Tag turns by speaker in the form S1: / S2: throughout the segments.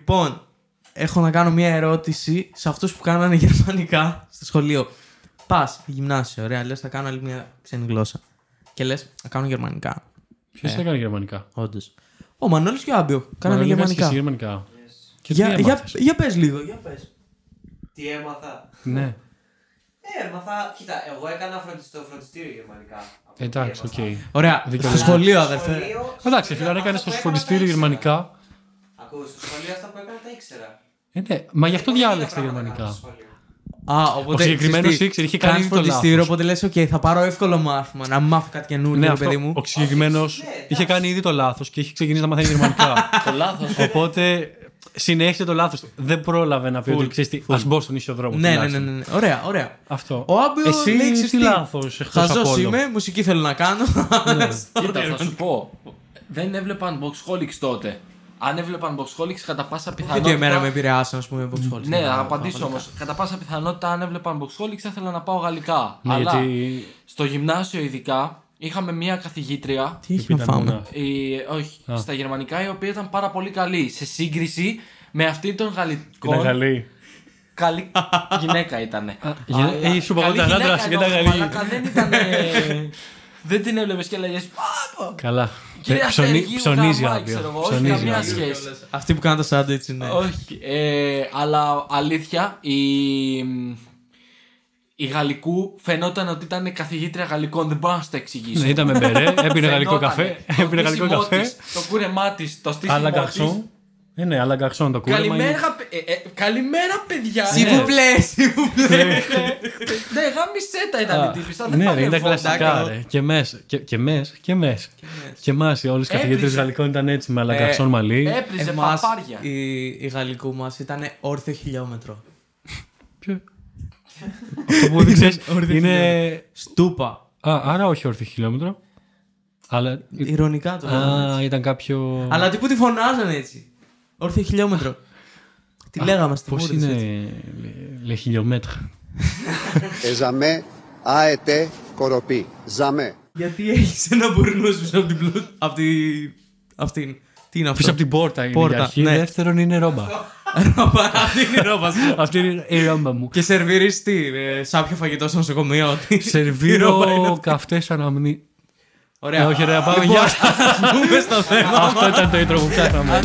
S1: Λοιπόν, έχω να κάνω μια ερώτηση σε αυτούς που κάνανε γερμανικά στο σχολείο. Πας γυμνάσιο, ωραία, λες, θα κάνω άλλη μια ξένη γλώσσα. Και λες, θα κάνω γερμανικά.
S2: Ποιος
S1: Ε.
S2: έκανε γερμανικά.
S1: Όντως. Ο Μανώλης και ο Άμπιο κάνανε
S2: Μανώλη, έκανες
S1: γερμανικά.
S2: Και εσύ γερμανικά. Και τι
S1: Για, για,
S2: έμαθες?
S1: για πες λίγο, για πες.
S3: Τι έμαθα.
S2: Ναι,
S3: Ε, έμαθα. Κοίτα, εγώ έκανα φροντιστή- στο φροντιστήριο γερμανικά. Από εκεί
S2: εντάξει, οκ.
S3: έμαθα.
S4: Ε,
S1: Ωραία, στο
S2: Δικαιολογία.
S1: σχολείο,
S3: Αλλά
S1: αδερφέ.
S3: στο σχολείο-
S2: Εντάξει,
S3: στο
S2: φίλε, αν
S3: σχολείο
S2: έκανε στο
S3: αυτά που έκανα τα
S2: φροντιστήριο
S3: ήξερα.
S2: γερμανικά.
S3: Ακούς, στο σχολείο αυτά που έκανα τα ήξερα.
S2: Ε, ναι, μα γι' αυτό
S3: Εγώ λίγα
S2: διάλεξε τα
S3: πράγματα κάνω
S2: γερμανικά.
S3: στο σχολείο.
S1: Α, οπότε,
S2: συγκεκριμένος
S1: ξέρεις τι,
S2: ήξερε, είχε
S1: κάνεις
S2: κάνει το
S1: φροντιστήριο,
S2: λάθος.
S1: οπότε λες: OK, θα πάρω εύκολο μάθημα, να μάθω κάτι καινούριο,
S2: Ναι,
S1: ρε
S2: αυτό.
S1: παιδί μου.
S2: Ο συγκεκριμένος
S3: Όχι, ναι, εντάξει.
S2: είχε κάνει ήδη το λάθος και είχε ξεκινήσει να μαθαίνει γερμανικά.
S4: Το λάθος.
S2: Οπότε συνέχισε το λάθος. Δεν πρόλαβε να πει
S4: Full,
S2: ότι ξέρεις τι. Ας μπω στον ίσιο δρόμο.
S1: Ναι, ναι, ναι,
S2: τουλάχιστον.
S1: ναι, ναι. Ωραία, ωραία.
S2: Αυτό.
S1: Ο Άμπιο
S2: Εσύ
S1: λέει:
S2: τι
S1: «Ξέρεις τι,
S2: λάθος, εκτός από
S1: Χαζό
S2: όλο».
S1: είμαι, μουσική θέλω να κάνω.
S2: Ναι.
S4: Κοίτα, θα σου πω. Δεν έβλεπαν Boxholics τότε. Αν έβλεπαν Boxholics, κατά πάσα
S1: Και ότι εμένα με
S4: πιθανότητα.
S1: επηρεάσαν, ας πούμε, από σχόλια.
S4: Ναι, να απαντήσω όμως. Κατά πάσα πιθανότητα, αν έβλεπαν Boxholics, θα ήθελα να πάω γαλλικά.
S2: Ναι,
S4: Αλλά
S2: γιατί.
S4: στο γυμνάσιο ειδικά είχαμε μία καθηγήτρια.
S1: Τι έχει να
S2: ήταν
S1: φάμε.
S2: μονάχα.
S4: η- όχι, στα γερμανικά η οποία ήταν πάρα πολύ καλή σε σύγκριση με αυτή των
S2: Ήταν
S4: γαλλικών.
S2: καλή.
S4: Καλή γυναίκα ήταν.
S2: γε- ε, σου είπα, όταν άντρας και ήταν καλή.
S4: Δεν ήταν. ε, Δεν την έβλεπες και λέγε.
S2: Καλά.
S4: Κύριε
S2: Ε,
S4: Αστεργίου,
S2: Ψωνίζει
S4: γαμάει,
S2: άπιο.
S4: ξέρω εγώ, όχι
S2: Ψωνίζει
S4: καμία
S2: άπιο.
S4: σχέση.
S1: Αυτοί που κάνουν τα σάντουιτς είναι.
S4: Όχι. ε, αλλά αλήθεια, η, η Γαλλικού φαινόταν ότι ήταν καθηγήτρια Γαλλικών. Δεν μπορώ να σου τα εξηγήσω.
S2: Ναι, ήταν με μπερέ, έπινε γαλλικό
S4: Φαινότανε.
S2: καφέ.
S4: Το
S2: Έπινε γαλλικό
S4: στήσιμό
S2: καφέ.
S4: της, το κούρεμά της, το στήσιμο
S2: Αλλά
S4: της.
S2: γκαρσόν. Ε, ναι, αλλά γκαρσόν το κούρεμα. είναι-
S4: Καλημέρα, παι- ε, ε, καλημέρα, παιδιά.
S1: S'il vous plaît, s'il vous plaît.
S4: Ναι, γάμισε τα ήταν η
S2: Α,
S4: τύπησα. Δεν
S2: Ναι, ρε, είναι
S4: παλεύω.
S2: κλασικά,
S1: εντάξει.
S2: ρε. Και μες, και- και μες, και μες. Και εμάς, όλες οι καθηγήτρες
S4: Έπριζε.
S2: γαλλικών ήταν έτσι με
S1: Ε,
S2: αλαγκαρσόν μαλλί.
S4: Έπριζε
S1: Εμάς,
S4: παπάρια.
S1: η, η γαλλικού μας ήταν όρθιο χιλιόμετρο.
S2: Ποιο- Αυτό που δεν ξέρεις
S1: όρθιο
S2: είναι...
S1: Στούπα.
S2: Α, άρα όχι όρθιο χιλιόμετρο. Αλλά...
S1: Ηρωνικά το λέω.
S2: Α, ήταν κάποιο...
S1: Αλλά τι που τη φωνάζανε έτσι. Όρθιο χιλιόμετρο. Τι λέγαμε στη
S2: Πώς
S1: μούρη της, έτσι.
S2: είναι... λε- Λε χιλιόμετρα.
S5: Et jamais AET Coropi. Jamais.
S1: Γιατί έχεις ένα μπουρνούς πίσω από την πλούτη. Από τη... Αυτήν. Τι είναι αυτό.
S2: Πίσω από την πόρτα είναι
S1: Πόρτα,
S2: η αρχή.
S1: ναι.
S2: Δεύτερον είναι ρόμπα.
S1: Ρόμπα, αυτή είναι η ρόμπα σου.
S2: Αυτή είναι η ρόμπα μου.
S1: Και σερβίρεις τι, ε, σάπιο φαγητό στο νοσοκομείο. ότι η ρόμπα είναι
S2: Σερβίρω
S1: αυτή.
S2: καυτές αναμνήσεις.
S1: Ωραία.
S2: Ε, όχι, ρε, πάμε,
S1: Λοιπόν,
S2: γεια.
S1: ας μπούμε στο θέμα.
S2: Αυτό ήταν το intro που ψάχναμε.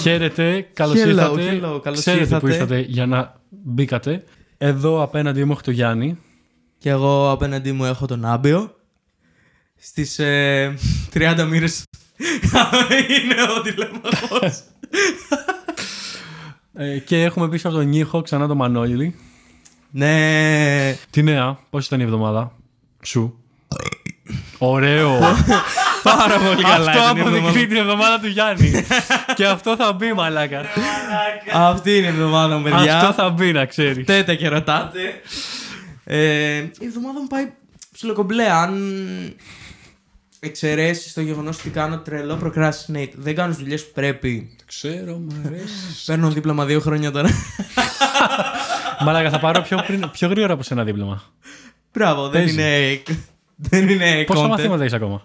S2: Χαίρετε, καλώς
S1: Hello,
S2: ήρθατε.
S1: hello, καλώς
S2: Ξέρετε που
S1: ήρθατε.
S2: ήρθατε για να μπήκατε. Εδώ απέναντι μου έχω το Γιάννη.
S1: Και εγώ απέναντί μου έχω τον Άμπιο. Στις ε, 30 μοίρες. είναι ο τηλεμαχός.
S2: Ε, και έχουμε πίσω από τον Νίχο ξανά τον Μανώλη.
S1: ναι.
S2: Τι νέα, πώς ήταν η εβδομάδα σου. Ωραίο. Πάρα πολύ
S1: καλά
S2: Αυτό
S1: ήταν η εβδομάδα.
S2: αποδεικνύει την εβδομάδα του Γιάννη. και αυτό θα μπει, μαλάκα.
S1: Αυτή είναι η εβδομάδα μου, παιδιά.
S2: αυτό θα μπει, να ξέρεις.
S1: Θέτε και ρωτάτε. Ε, η εβδομάδα μου πάει ψιλοκομπλέ. Αν εξαιρέσεις το γεγονός ότι κάνω τρελό procrastinate, δεν κάνω τις δουλειές που πρέπει.
S2: Ξέρω, μου αρέσεις.
S1: Παίρνω δίπλωμα δύο χρόνια τώρα.
S2: Μαλάκα, θα πάρω πιο, πριν, πιο γρήγορα από σένα δίπλωμα.
S1: Μπράβο, δεν
S2: Παίζει.
S1: είναι. Δεν είναι
S2: Πόσα
S1: content.
S2: μαθήματα έχεις ακόμα.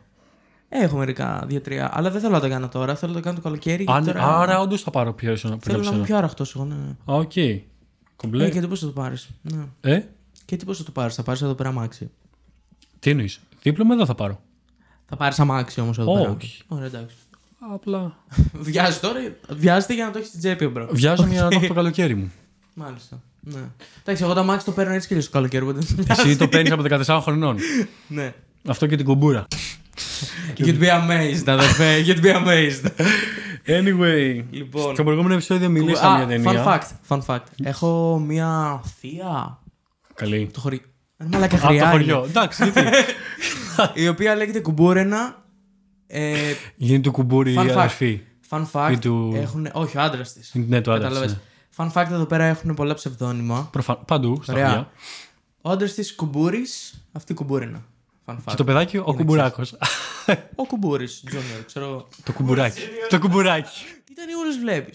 S1: Ε, Έχω μερικά, δύο-τρία. Αλλά δεν θέλω να τα κάνω τώρα. Θέλω να τα κάνω το καλοκαίρι.
S2: Αν-
S1: γιατί τώρα
S2: άρα, όντως θα πάρω πιο ίσω πριν
S1: θέλω
S2: από
S1: να είμαι
S2: σένα.
S1: πιο άραχτος εγώ. Ναι.
S2: Α, οκ.
S1: Ε,
S2: Κομπλέ.
S1: και τι πώς θα το πάρεις. Ναι.
S2: Ε,
S1: Και τι πώς θα το πάρεις. Θα πάρεις εδώ πέρα αμάξι.
S2: τι εννοείς. Δίπλωμα εδώ θα πάρω.
S1: Θα πάρεις αμάξι όμως εδώ πέρα.
S2: Όχι.
S1: Ωραία, εντάξει.
S2: Απλά.
S1: Βιάζεις τώρα. Βιάζεται για να το έχεις στην τσέπη, μπρο.
S2: Βιάζομαι για να το έχω το καλοκαίρι μου.
S1: Μάλιστα. Ναι. Εντάξει, εγώ το αμάξι το παίρνω έτσι και λίγο στο καλοκαίρι. οπότε-
S2: Εσύ το παίρνεις από 14 χρονών.
S1: ναι.
S2: Αυτό και την κουμπούρα.
S1: You'd be amazed, αδερφέ. You'd be amazed.
S2: Anyway,
S1: Λοιπόν.
S2: στο προηγούμενο επεισόδιο
S1: Α,
S2: μιλήσαμε για
S1: fun
S2: ταινία.
S1: fact. Fun fact. Έχω μία θεία.
S2: Καλή.
S1: Το χωρί. Ένα Μαλάκα
S2: Από το
S1: χρειά. είναι.
S2: χωριό. Εντάξει, γιατί.
S1: η οποία λέγεται Κουμπούρενα. Ε,
S2: Γίνει του κουμπούρι η
S1: Fun fact.
S2: αδερφή.
S1: fun
S2: Ή
S1: fact.
S2: του-
S1: Έχουν... Όχι, ο άντρας της.
S2: Ναι, το άντρα.
S1: Fun fact εδώ πέρα έχουν πολλά ψευδόνυμα.
S2: Παντού, στα
S1: Ωραία.
S2: χωριά.
S1: Ο άντρας της Κουμπούρης, αυτή Κουμπούρινα. Fun fact.
S2: Και το παιδάκι, ο κουμπουράκο.
S1: Ο Κουμπούρης, Junior, ξέρω εγώ.
S2: Το κουμπουράκι. Το κουμπουράκι.
S1: Ήταν οι ώρε βλέπει.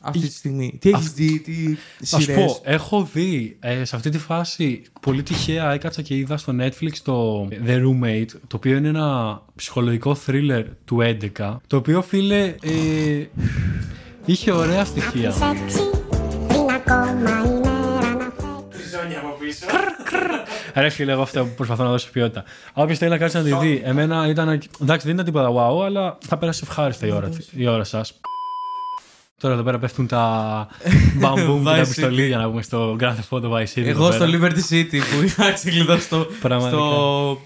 S1: αυτή τη στιγμή. Τι έχεις δει, τι
S2: Θα σου
S1: σειρές.
S2: πω, έχω δει ε, σε αυτή τη φάση πολύ τυχαία έκατσα και είδα στο Netflix το The Roommate, το οποίο είναι ένα ψυχολογικό thriller του 11, το οποίο φίλε ε, είχε ωραία στοιχεία.
S6: σεξι, είναι ακόμα η μέρα να φέγγει.
S2: Ρε φίλε, εγώ αυτό που προσπαθώ να δώσω ποιότητα. Όποιος θέλει να κάτσει να τη δει, εμένα ήταν. Εντάξει, δεν ήταν τίποτα wow, αλλά θα πέρασε ευχάριστα η ώρα, της- η ώρα σας. Τώρα εδώ πέρα πέφτουν τα μπαμπούμ και τα
S1: Vice
S2: πιστολή για να πούμε στο Grand Theft Auto Vice City. εδώ
S1: Εγώ στο
S2: πέρα.
S1: Liberty City που είχα ξεκλειδώσει στο,
S2: Πραγματικά.
S1: στο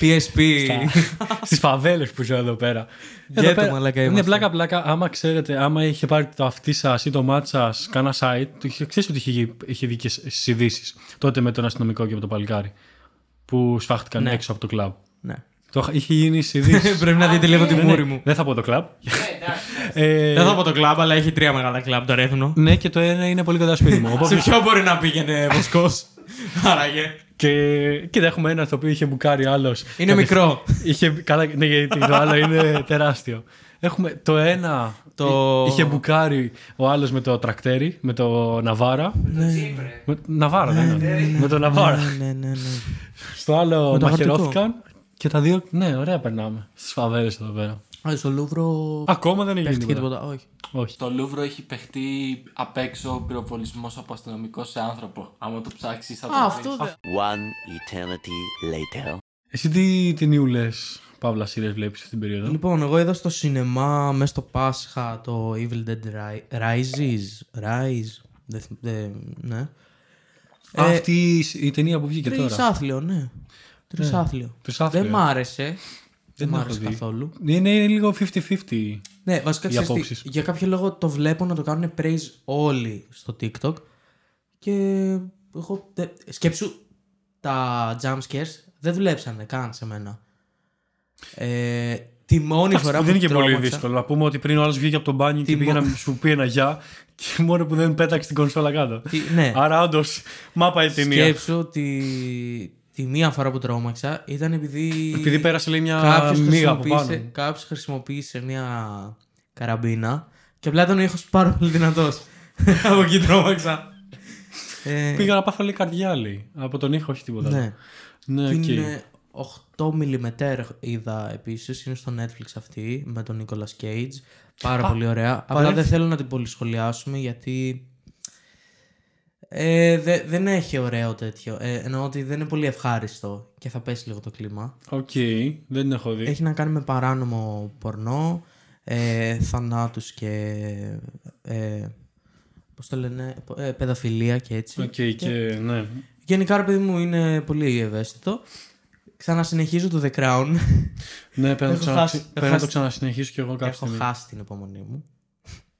S1: PSP.
S2: Στις φαβέλες που ζω εδώ πέρα.
S1: Γκέτο, μαλάκα,
S2: είναι
S1: είμαστε.
S2: πλάκα-πλάκα. Άμα ξέρετε, άμα είχε πάρει το αυτή σας ή το μάτι σα κάνα site, το είχε- ξέρεις ότι είχε, γι- είχε δει και στις ειδήσεις τότε με τον αστυνομικό και με τον παλικάρι που σφάχτηκαν
S1: Ναι.
S2: έξω από το κλαμπ.
S1: ναι.
S2: Το είχα- είχε γίνει στις ειδήσεις.
S1: Πρέπει να δείτε λίγο τη
S2: Ναι,
S1: μούρη
S2: ναι.
S1: μου.
S2: Δεν θα πω το Ε, κλαμπ.
S1: Δεν θα πω το κλαμπ, αλλά έχει τρία μεγάλα κλαμπ το Ρέθνο.
S2: Ναι, και το ένα είναι πολύ κοντά στο σπίτι μου.
S1: Σε
S2: Οπότε...
S1: ποιο μπορεί να πήγαινε βοσκός. Άραγε.
S2: και κοίτα, έχουμε ένα το οποίο είχε μπουκάρει άλλος.
S1: Είναι μικρό.
S2: Είχε... Καλά, ναι, γιατί το άλλο είναι τεράστιο. Έχουμε το ένα.
S1: Το-
S2: Είχε μπουκάρει ο άλλος με το τρακτέρι, με το Ναβάρα.
S3: Τσίπρε.
S2: Με... Ναβάρα, δεν είναι. Με το Ναβάρα.
S1: ναι, ναι, ναι.
S2: Στο άλλο
S1: Με το
S2: μαχαιρώθηκαν. Και τα δύο, ναι, ωραία περνάμε. Στις φαβέλε εδώ πέρα.
S1: Α, στο Λούβρο.
S2: Ακόμα δεν έγινε
S1: Παίχτηκε
S2: τίποτα.
S1: τίποτα. Όχι.
S2: Όχι.
S4: Το Λούβρο έχει παιχτεί απ' έξω πυροβολισμός από αστυνομικό σε άνθρωπο. Άμα το ψάξεις, θα το
S1: Α,
S4: βρεις.
S1: αυτό δεν.
S7: One eternity later.
S2: Εσύ τι, τι νιου λες, Παύλα, σειρέ βλέπει αυτή την περίοδο.
S1: Λοιπόν, εγώ είδα στο σινεμά μέσα στο Πάσχα το Evil Dead Ri- Rises. Rise. Δεν θυμ- δεν- ναι.
S2: Α,
S1: Ε,
S2: Αυτή η σ- η ταινία που βγήκε τώρα.
S1: Τρισάθλιο, ναι. Τρισάθλιο.
S2: Τρισάθλιο.
S1: Δεν μ' άρεσε. Δεν
S2: την
S1: μ'
S2: έχω
S1: άρεσε
S2: δει.
S1: καθόλου.
S2: Είναι είναι λίγο 50-50.
S1: Ναι, βασικά
S2: Οι
S1: ξέρεις τι,
S2: απόψεις.
S1: για κάποιο λόγο το βλέπω να το κάνουν praise όλοι στο TikTok και εγώ δε- σκέψου τα jump scares δεν δουλέψανε καν σε μένα. Ε, τη μόνη
S2: Εντάξει,
S1: φορά που
S2: Δεν είναι και πολύ
S1: τρόμαξα-
S2: δύσκολο. Να πούμε ότι πριν ο άλλος βγήκε από το μπάνιο και
S1: Τι
S2: πήγε
S1: μο-
S2: να σου πει ένα γεια και μόνο που δεν πέταξε την κονσόλα κάτω.
S1: Τι- ναι.
S2: Άρα όντως μάπα η ταινία.
S1: Σκέψου ότι τη μία φορά που τρόμαξα ήταν επειδή...
S2: Επειδή πέρασε λέει μια
S1: Κάποιος
S2: μίγα από
S1: χρησιμοποίησε,
S2: πάνω.
S1: κάποιος χρησιμοποίησε μια καραμπίνα και απλά ήταν ο ήχος πάρα πολύ δυνατός. από εκεί τρόμαξα. Ε,
S2: Πήγα να πάθω λέει καρδιά λέει. Από τον ήχο, όχι τίποτα.
S1: ναι. ε,
S2: ναι
S1: Και
S2: οκ.
S1: Είναι 8 mm είδα επίσης. Είναι στο Netflix αυτή με τον Nicolas Cage. Πάρα
S2: Α,
S1: πολύ ωραία. Απλά
S2: παρένθεση.
S1: δεν θέλω να την πολυσχολιάσουμε γιατί. Ε, δε- δεν έχει ωραίο τέτοιο. Ε, εννοώ ότι δεν είναι πολύ ευχάριστο και θα πέσει λίγο το κλίμα.
S2: Οκ, δεν την έχω δει.
S1: Έχει να κάνει με παράνομο πορνό, ε, θανάτους και. Ε, Πώς το λένε, ε, παιδοφιλία και έτσι.
S2: Οκ, και ναι.
S1: Γενικά, ρε παιδί μου, είναι πολύ ευαίσθητο. Ξανασυνεχίζω το The Crown.
S2: Ναι, πρέπει να το
S1: Έχω
S2: ξανα-
S1: χάσει-
S2: πρέπει να
S1: έχω
S2: το
S1: χάσει-
S2: ξανασυνεχίσω κι εγώ κάποια
S1: Έχω
S2: στιγμή.
S1: χάσει την υπομονή μου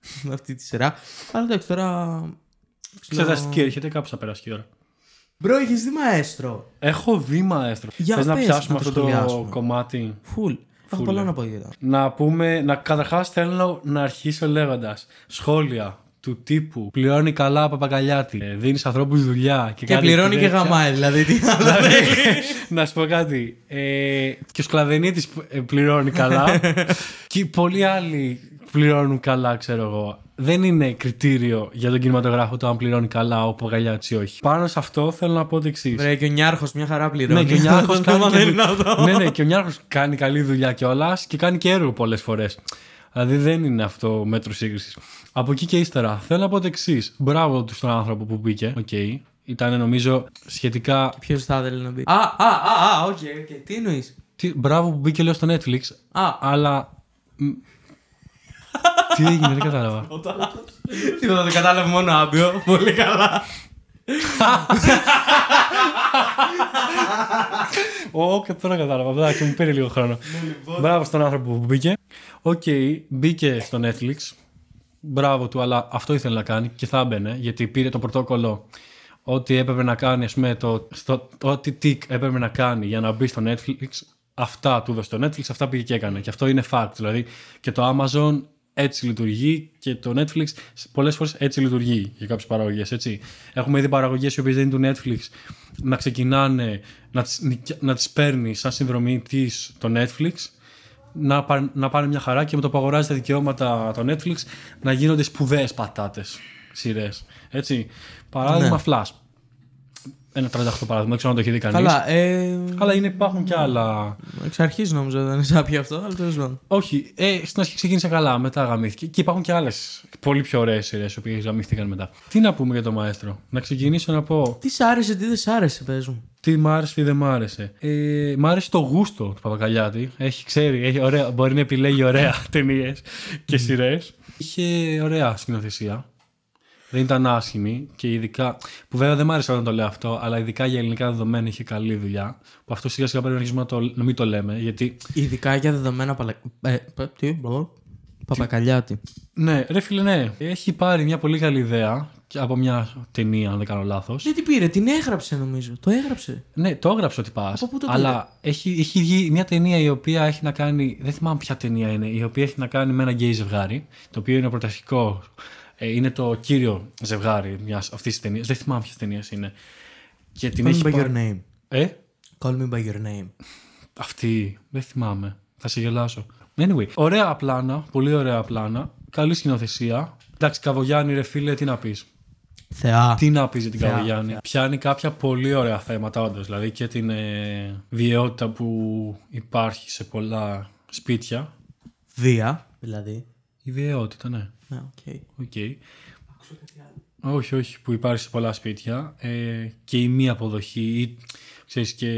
S1: με αυτή τη σειρά. Αλλά εντάξει, τώρα.
S2: Ξέρετε, τι έρχεται, κάπου θα περάσει και η ώρα.
S1: Μπρο, είχε δει μαέστρο.
S2: Έχω δει μαέστρο.
S1: Για
S2: Θες να
S1: πες,
S2: πιάσουμε
S1: να το
S2: αυτό το
S1: σχολιάσουμε.
S2: κομμάτι.
S1: Φουλ. Έχω
S2: Full,
S1: πολλά
S2: ε.
S1: να πω για τα.
S2: Να πούμε, να, καταρχάς θέλω να αρχίσω λέγοντας σχόλια του τύπου πληρώνει καλά παπαγκαλιάτη, ε, δίνεις ανθρώπους δουλειά και,
S1: Και
S2: κάνει
S1: πληρώνει και
S2: τέτοια».
S1: γαμάει, δηλαδή. Τι άλλο.
S2: Δηλαδή, να σου πω κάτι. Ε, και ο Σκλαβενίτης ε, πληρώνει καλά. και πολλοί άλλοι πληρώνουν καλά, ξέρω εγώ. Δεν είναι κριτήριο για τον κινηματογράφο το αν πληρώνει καλά ο Παπαγκαλιάτης ή όχι. Πάνω σε αυτό θέλω να πω το εξής.
S1: Βρε, και ο Νιάρχος μια χαρά
S2: Ναι,
S1: πληρώνει.
S2: και ο Νιάρχος
S1: Το
S2: κάνει,
S1: θέμα
S2: και...
S1: δεν είναι
S2: δου-
S1: αυτό.
S2: ναι, ναι, και ο Νιάρχος κάνει καλή δουλειά κιόλας και κάνει και έργο πολλές φορές. Δηλαδή δεν είναι αυτό μέτρο σύγκρισης. Από εκεί και ύστερα, θέλω να πω το εξής. Μπράβο του στον άνθρωπο που μπήκε. Οκ. Ήταν νομίζω σχετικά.
S1: Ποιος θα ήθελε να μπει. Α, α, α, α, οκ, οκ. Τι εννοείς.
S2: Τι... Μπράβο που μπήκε, λέω στο Netflix.
S1: Α,
S2: Αλλά. μ, Τι έγινε, δεν κατάλαβα.
S1: τίποτα δεν κατάλαβε μόνο άμπιο. Πολύ καλά.
S2: Ω, και τώρα κατάλαβα. Εντάξει, μου πήρε λίγο χρόνο. Μπράβο στον άνθρωπο που μπήκε. Οκ, μπήκε στο Netflix. Μπράβο του, αλλά αυτό ήθελε να κάνει και θα έμπαινε γιατί πήρε το πρωτόκολλο ότι έπρεπε να κάνει, ας πούμε, το, στο, το ό,τι τικ έπρεπε να κάνει για να μπει στο Netflix. Αυτά του δώσε το Netflix, αυτά πήγε και έκανε. Και αυτό είναι fact. Δηλαδή και το Amazon έτσι λειτουργεί και το Netflix πολλές φορές έτσι λειτουργεί για κάποιες παραγωγές. Έχουμε δει παραγωγές οι οποίες δεν είναι του Netflix να ξεκινάνε να τις, νοικια- να τις παίρνει σαν συνδρομή της το Netflix να, πάρ- να πάρει μια χαρά και με το που αγοράζει τα δικαιώματα το Netflix να γίνονται σπουδαίες πατάτες σειρές. Έτσι. Παράδειγμα, Flash. Ένα 38 παράδειγμα, δεν ξέρω αν το έχει δει κανείς.
S1: Καλά. Ε,
S2: Αλλά είναι, υπάρχουν και άλλα.
S1: Εξ αρχής νόμιζα ότι ήταν σάπιο αυτό, αλλά τέλος πάντων.
S2: Όχι, ε, στην αρχή ξεκίνησε καλά, μετά γαμήθηκε. Και υπάρχουν και άλλες πολύ πιο ωραίες σειρές, οι οποίες γαμήθηκαν μετά. Τι να πούμε για το Μαέστρο. Να ξεκινήσω να πω
S1: Τι σ' άρεσε, τι δεν σ' άρεσε, πες μου.
S2: τι μ' άρεσε, τι δεν μ' άρεσε. Ε, μ' άρεσε το γούστο του Παπακαλιάτη. Έχει, ξέρει, έχει, ωραία, μπορεί να επιλέγει ωραία ταινίες και σειρές. Είχε ωραία σκηνοθεσία. Δεν ήταν άσχημη και ειδικά. που βέβαια δεν μ' άρεσε όταν το λέω αυτό, αλλά ειδικά για ελληνικά δεδομένα είχε καλή δουλειά. Που αυτό σιγά σιγά πρέπει να αρχίσουμε να, το, να μην το λέμε, γιατί
S1: Ειδικά για δεδομένα παλα... ε, πα- τι, μπλο, Παπακαλιάτη.
S2: Ναι, ρε φίλε, ναι. Έχει πάρει μια πολύ καλή ιδέα και από μια ταινία, αν δεν κάνω λάθος.
S1: Δεν την πήρε, την έγραψε νομίζω. Το έγραψε.
S2: Ναι, το έγραψε ότι πας.
S1: Από πού το
S2: Αλλά έχει, έχει βγει μια ταινία η οποία έχει να κάνει. Δεν θυμάμαι ποια ταινία είναι. Η οποία έχει να κάνει με ένα γκέι ζευγάρι. Το οποίο είναι πρωταρχικό. ε, είναι το κύριο ζευγάρι αυτής της ταινίας. Δεν θυμάμαι ποια ταινία είναι. Και την
S1: Call me
S2: έχει.
S1: by
S2: πάρει-
S1: your name.
S2: Ε,
S1: Call me by your name.
S2: αυτή. Δεν θυμάμαι. Θα σε γελάσω. Anyway, ωραία πλάνα. Πολύ ωραία πλάνα. Καλή σκηνοθεσία. Εντάξει, Καβογιάννη, ρε φίλε, τι να πεις.
S1: Θεά.
S2: Τι να πεις για την Καβογιάννη. Πιάνει κάποια πολύ ωραία θέματα, όντως. Δηλαδή και την ε, βιαιότητα που υπάρχει σε πολλά σπίτια.
S1: Δία, δηλαδή.
S2: Η βιαιότητα, ναι.
S1: Ναι, οκ.
S2: Οκ. Όχι, όχι, που υπάρχει σε πολλά σπίτια. Ε, και η μη αποδοχή. Ή, ξέρεις, και.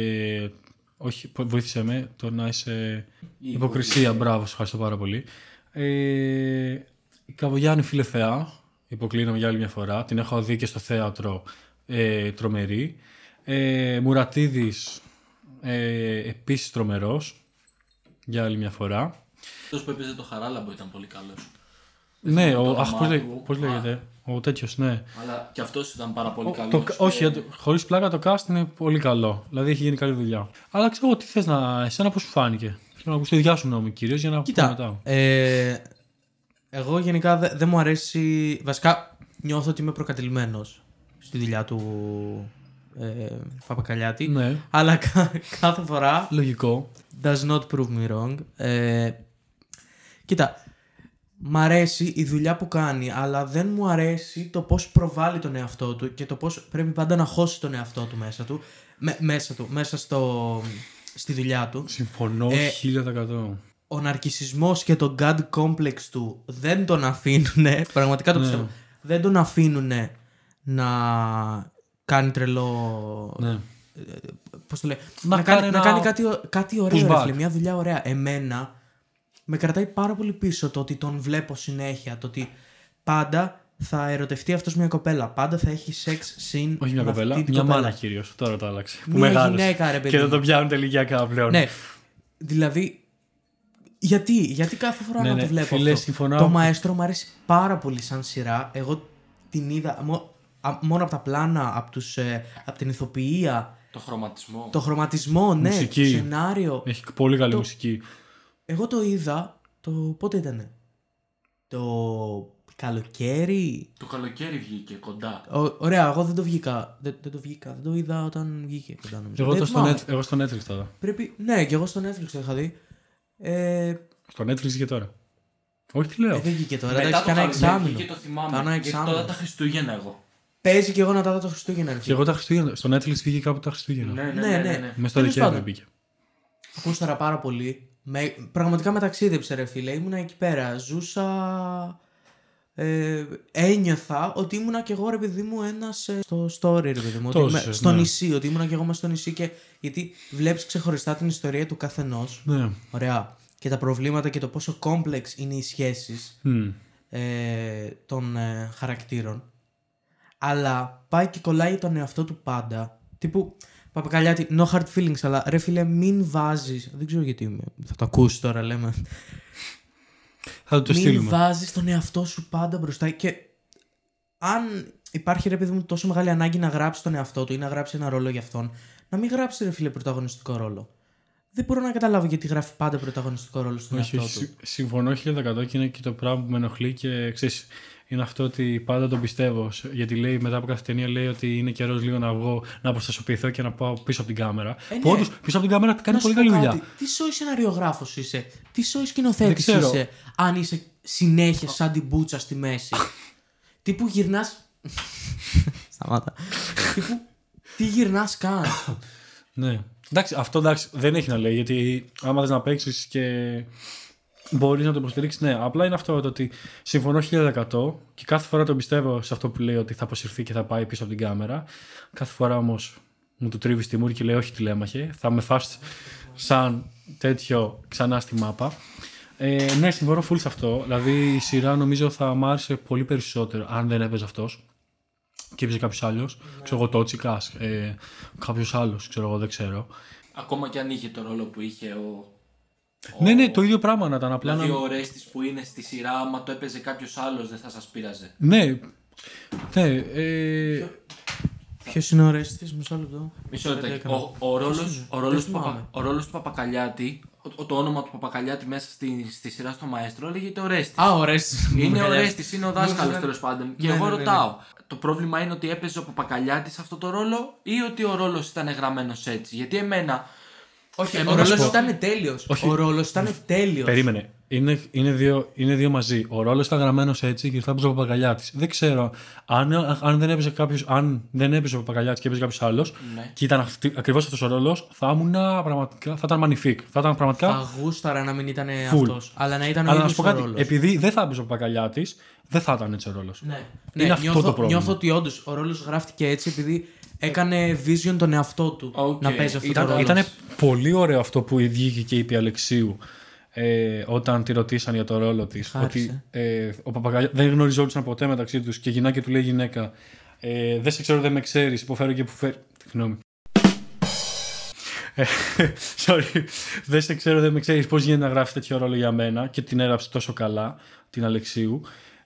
S2: Όχι, πο- βοήθησε με το να είσαι. Υποκρισία, μπράβο, σου ευχαριστώ πάρα πολύ. Ε, η Καβογιάννη φίλε θεά, υποκλίνομαι για άλλη μια φορά. Την έχω δει και στο θέατρο ε, τρομερή. Ε, Μουρατίδης, ε, επίσης τρομερός, για άλλη μια φορά.
S4: Αυτός που έπαιζε το χαράλαμπο ήταν πολύ καλός.
S2: Ναι, ο,
S4: το
S2: αχ,
S4: όνομά
S2: πώς, λέ-
S4: του.
S2: πώς
S4: Α.
S2: λέγεται, ο τέτοιος, ναι.
S4: Αλλά και αυτός ήταν πάρα πολύ καλός.
S2: Το,
S4: ε.
S2: όχι, χωρίς πλάκα το cast είναι πολύ καλό. Δηλαδή έχει γίνει καλή δουλειά. Αλλά ξέρω εγώ, τι θες να. Εσένα πώς σου φάνηκε. Θέλω να ακούσω τη δικιά σου γνώμη κυρίως για να πούμε
S1: Κοίτα.
S2: μετά.
S1: Ε, εγώ γενικά δε- δεν μου αρέσει. Βασικά νιώθω ότι είμαι προκατηλημένος στη δουλειά του ε, Παπακαλιάτη.
S2: Ναι.
S1: Αλλά κα- κάθε φορά
S2: Λογικό.
S1: does not prove me wrong. Ε, κοίτα, μ' αρέσει η δουλειά που κάνει, αλλά δεν μου αρέσει το πώς προβάλλει τον εαυτό του και το πώς πρέπει πάντα να χώσει τον εαυτό του μέσα του, με- μέσα του, μέσα στο, στη δουλειά του.
S2: Συμφωνώ
S1: Ε,
S2: 1000%.
S1: Ο ναρκισισμός και το god complex του δεν τον αφήνουν, πραγματικά το
S2: Ναι.
S1: πιστεύω, δεν τον αφήνουν να κάνει τρελό
S2: Ναι.
S1: πώς το λέει,
S2: Να
S1: να, κάνει,
S2: κάνει
S1: να
S2: ένα
S1: κάνει κάτι, ω- κάτι ωραίο,
S2: pushback.
S1: ρε φίλε, μια δουλειά ωραία. Εμένα με κρατάει πάρα πολύ πίσω το ότι τον βλέπω συνέχεια, το ότι πάντα θα ερωτευτεί αυτός μια κοπέλα, πάντα θα έχει σεξ συν
S2: Όχι μια
S1: με
S2: κοπέλα,
S1: αυτή την
S2: μια
S1: κοπέλα.
S2: μάνα κυρίως. Τώρα το άλλαξε. Που
S1: Μια
S2: μεγάλωσε.
S1: γυναίκα, ρε παιδί
S2: Και δεν
S1: μου.
S2: το πιάνουν τελικά πλέον.
S1: Ναι, δηλαδή γιατί, γιατί κάθε φορά
S2: Ναι,
S1: να
S2: ναι,
S1: το βλέπω
S2: φίλε,
S1: αυτό.
S2: συμφωνώ.
S1: Το Μαέστρο μου αρέσει πάρα πολύ σαν σειρά, εγώ την είδα μο- α- μόνο από τα πλάνα, από, τους, ε, από την ηθοποιία,
S4: Το χρωματισμό.
S1: το χρωματισμό, ναι,
S2: Μουσική.
S1: σενάριο.
S2: Έχει πολύ καλή
S1: Το-
S2: μουσική.
S1: Εγώ το είδα το. Πότε ήτανε. Το καλοκαίρι.
S4: Το καλοκαίρι βγήκε κοντά.
S1: Ω- ωραία, εγώ δεν το βγήκα. Δεν, δεν το βγήκα. Δεν το είδα όταν βγήκε κοντά νομίζω.
S2: Εγώ,
S1: Δεν
S2: το στο
S1: θυμάμαι.
S2: net, εγώ στο Netflix τώρα.
S1: Πρέπει... Ναι, και εγώ στο Netflix το είχα δει. Ε,
S2: Στο Netflix και τώρα. Όχι, τι λέω.
S1: ε, δεν βγήκε τώρα.
S4: Μετά
S1: Εντάξει,
S4: το
S1: κάνα
S4: καλοκαίρι
S1: εξάμεινο.
S4: βγήκε, το θυμάμαι.
S1: Κάνα
S4: Γιατί τώρα
S1: εξάμεινο.
S4: τα Χριστούγεννα εγώ.
S1: Παίζει και εγώ να τα δω το Χριστούγεννα. ρε
S2: και
S1: φίλε.
S2: εγώ τα Χριστούγεννα. Στο Netflix βγήκε κάπου τα Χριστούγεννα.
S4: Ναι,
S1: Ναι, ναι.
S2: Μες στο
S1: Τέλος
S2: Δεκέμβρη
S1: πάντων.
S2: μπήκε.
S1: Ακούσταρα πάρα πολύ. Με, πραγματικά με ταξίδεψε ρε φίλε. Ήμουνα εκεί πέρα. Ζούσα... Ε, ένιωθα ότι ήμουνα κι εγώ ρε παιδί μου ένας ε, στο story ρε παιδί μου.
S2: Το
S1: Ότι είμαι
S2: έζησες,
S1: στο
S2: ναι.
S1: νησί, ότι ήμουνα κι εγώ μέσα στο νησί και γιατί βλέπεις ξεχωριστά την ιστορία του καθενός.
S2: Ναι.
S1: Ωραία. Και τα προβλήματα και το πόσο complex είναι οι σχέσεις
S2: Μμμ.
S1: ε, των ε, χαρακτήρων. Αλλά πάει και κολλάει τον εαυτό του πάντα. Τύπου Παπακαλιάτη, no hard feelings, αλλά ρε φίλε, μην βάζεις... Δεν ξέρω γιατί είμαι. Θα το ακούσεις τώρα, λέμε.
S2: Θα το
S1: μην
S2: στείλουμε.
S1: βάζεις τον εαυτό σου πάντα μπροστά. Και αν υπάρχει ρε παιδί μου τόσο μεγάλη ανάγκη να γράψεις τον εαυτό του ή να γράψεις ένα ρόλο για αυτόν, να μην γράψεις ρε φίλε πρωταγωνιστικό ρόλο. Δεν μπορώ να καταλάβω γιατί γράφει πάντα πρωταγωνιστικό ρόλο στον
S2: Όχι,
S1: εαυτό
S2: όχι,
S1: του.
S2: συ- συμφωνώ 1000% και είναι και το πράγμα που με ενοχλεί και ξέρεις, είναι αυτό ότι πάντα τον πιστεύω. σ- Γιατί λέει μετά από κάθε ταινία λέει ότι είναι καιρός λίγο να βγω, να προστασιοποιηθώ και να πάω πίσω από την κάμερα.
S1: ναι.
S2: Που όντως, πίσω από την κάμερα κάνει
S1: Να σου
S2: πολύ
S1: πω
S2: καλή δουλειά.
S1: κάτι. Τι σοϊ σεναριογράφος είσαι, τι σοϊ σκηνοθέτης
S2: Δεν ξέρω.
S1: είσαι, αν είσαι συνέχεια σαν την μπούτσα στη μέση. τι που γυρνάς. Σταμάτα. τι που. Τι γυρνάς καν.
S2: Ναι. Εντάξει, αυτό εντάξει, δεν έχει να λέει γιατί άμα θες να παίξεις και μπορείς να το υποστηρίξεις, ναι. Απλά είναι αυτό το ότι συμφωνώ 1000% και κάθε φορά τον πιστεύω σε αυτό που λέει ότι θα αποσυρθεί και θα πάει πίσω από την κάμερα. Κάθε φορά όμως μου το τρίβεις στη μούρη και λέει: Όχι, τηλέμαχε. Θα με φας σαν τέτοιο ξανά στη μάπα. Ε, ναι, συμφωνώ full σε αυτό. Δηλαδή η σειρά νομίζω θα μ' άρεσε πολύ περισσότερο αν δεν έπαιζε αυτός και έπαιζε κάποιος άλλος. Ξέρω εγώ, Τότσικας, ε, κάποιος άλλος, ξέρω εγώ, δεν ξέρω.
S4: Ακόμα και αν είχε τον ρόλο που είχε ο. ο-
S2: Ναι, ναι, το ίδιο πράγμα να ήταν. Απλά
S4: Δηλαδή
S2: να...
S4: ο Ρέστη που είναι στη σειρά, άμα το έπαιζε κάποιος άλλος, δεν θα σας πείραζε.
S2: Ναι, ναι, ε,
S1: Ποιος είναι ο ρέστη, μισό λεπτό.
S4: Μισό
S1: Δεν
S4: λεπτό.
S1: έκανα.
S4: Ο, ο ρόλος, ο ρόλος του,
S1: θυμάμαι.
S4: Παπα- ο ρόλος του Παπακαλιάτη, ο- το όνομα του Παπακαλιάτη μέσα στη, στη σειρά στο Μαέστρο λέγεται ο Ρέστης.
S1: Α, ο ρέστη.
S4: Είναι ο Ρέστη, είναι ο δάσκαλο
S1: Νομίζω-
S4: τέλος πάντων. Και
S1: Ναι,
S4: εγώ
S1: ναι, ναι, ναι.
S4: ρωτάω, το πρόβλημα είναι ότι έπαιζε ο Παπακαλιάτης αυτό το ρόλο ή ότι ο ρόλος ήταν γραμμένος έτσι. Γιατί εμένα.
S1: Όχι, ο
S4: Εμένα
S1: ρόλο
S4: Ε, σου πω.
S1: ήταν τέλειος.
S2: Όχι.
S1: Ο ρόλος ήταν τέλειος.
S2: περίμενε. Είναι, είναι, δύο, είναι δύο μαζί. Ο ρόλος ήταν γραμμένος έτσι και ήρθε από τον Παπαγκαλιάτη. Δεν ξέρω αν, αν δεν έπαιζε κάποιος. Αν δεν έπαιζε ο Παπαγκαλιάτη και έπαιζε κάποιος άλλος
S4: Ναι.
S2: και ήταν ακριβώς αυτός ο ρόλος, θα ήμουν πραγματικά. Θα ήταν magnifique. Θα ήταν πραγματικά.
S1: Θα γούσταρα να μην ήταν
S2: Full.
S1: αυτός. Αλλά να ήταν ο
S2: αλλά να
S1: ίδιος
S2: σου πω
S1: ο
S2: κάτι.
S1: ρόλος.
S2: Επειδή δεν θα έπαιζε ο Παπαγκαλιάτη, δεν θα ήταν έτσι ο ρόλος.
S1: Ναι.
S2: Είναι
S1: Ναι,
S2: αυτό
S1: νιώθω,
S2: το πρόβλημα.
S1: Νιώθω ότι όντως ο ρόλος γράφτηκε έτσι επειδή έκανε vision τον εαυτό του
S4: Οκ.
S1: να παίζει αυτό
S4: Ήταν-
S1: το ρόλο.
S2: Ήταν πολύ ωραίο αυτό που βγήκε και είπε η Αλεξίου ε, όταν τη ρωτήσαν για το ρόλο της. Ότι
S1: Χάρισε.
S2: ε, ο Παπαγκαλιά δεν γνωριζόντουσαν ποτέ μεταξύ τους και γυναίκα του λέει γυναίκα. Ε, δεν σε ξέρω, δεν με ξέρεις. Υποφέρω και υποφέρει. Συγγνώμη. Ε, sorry. Δεν σε ξέρω, δεν με ξέρεις πώς γίνεται να γράφεις τέτοιο ρόλο για μένα και την έγραψε τόσο καλά την Αλεξίου.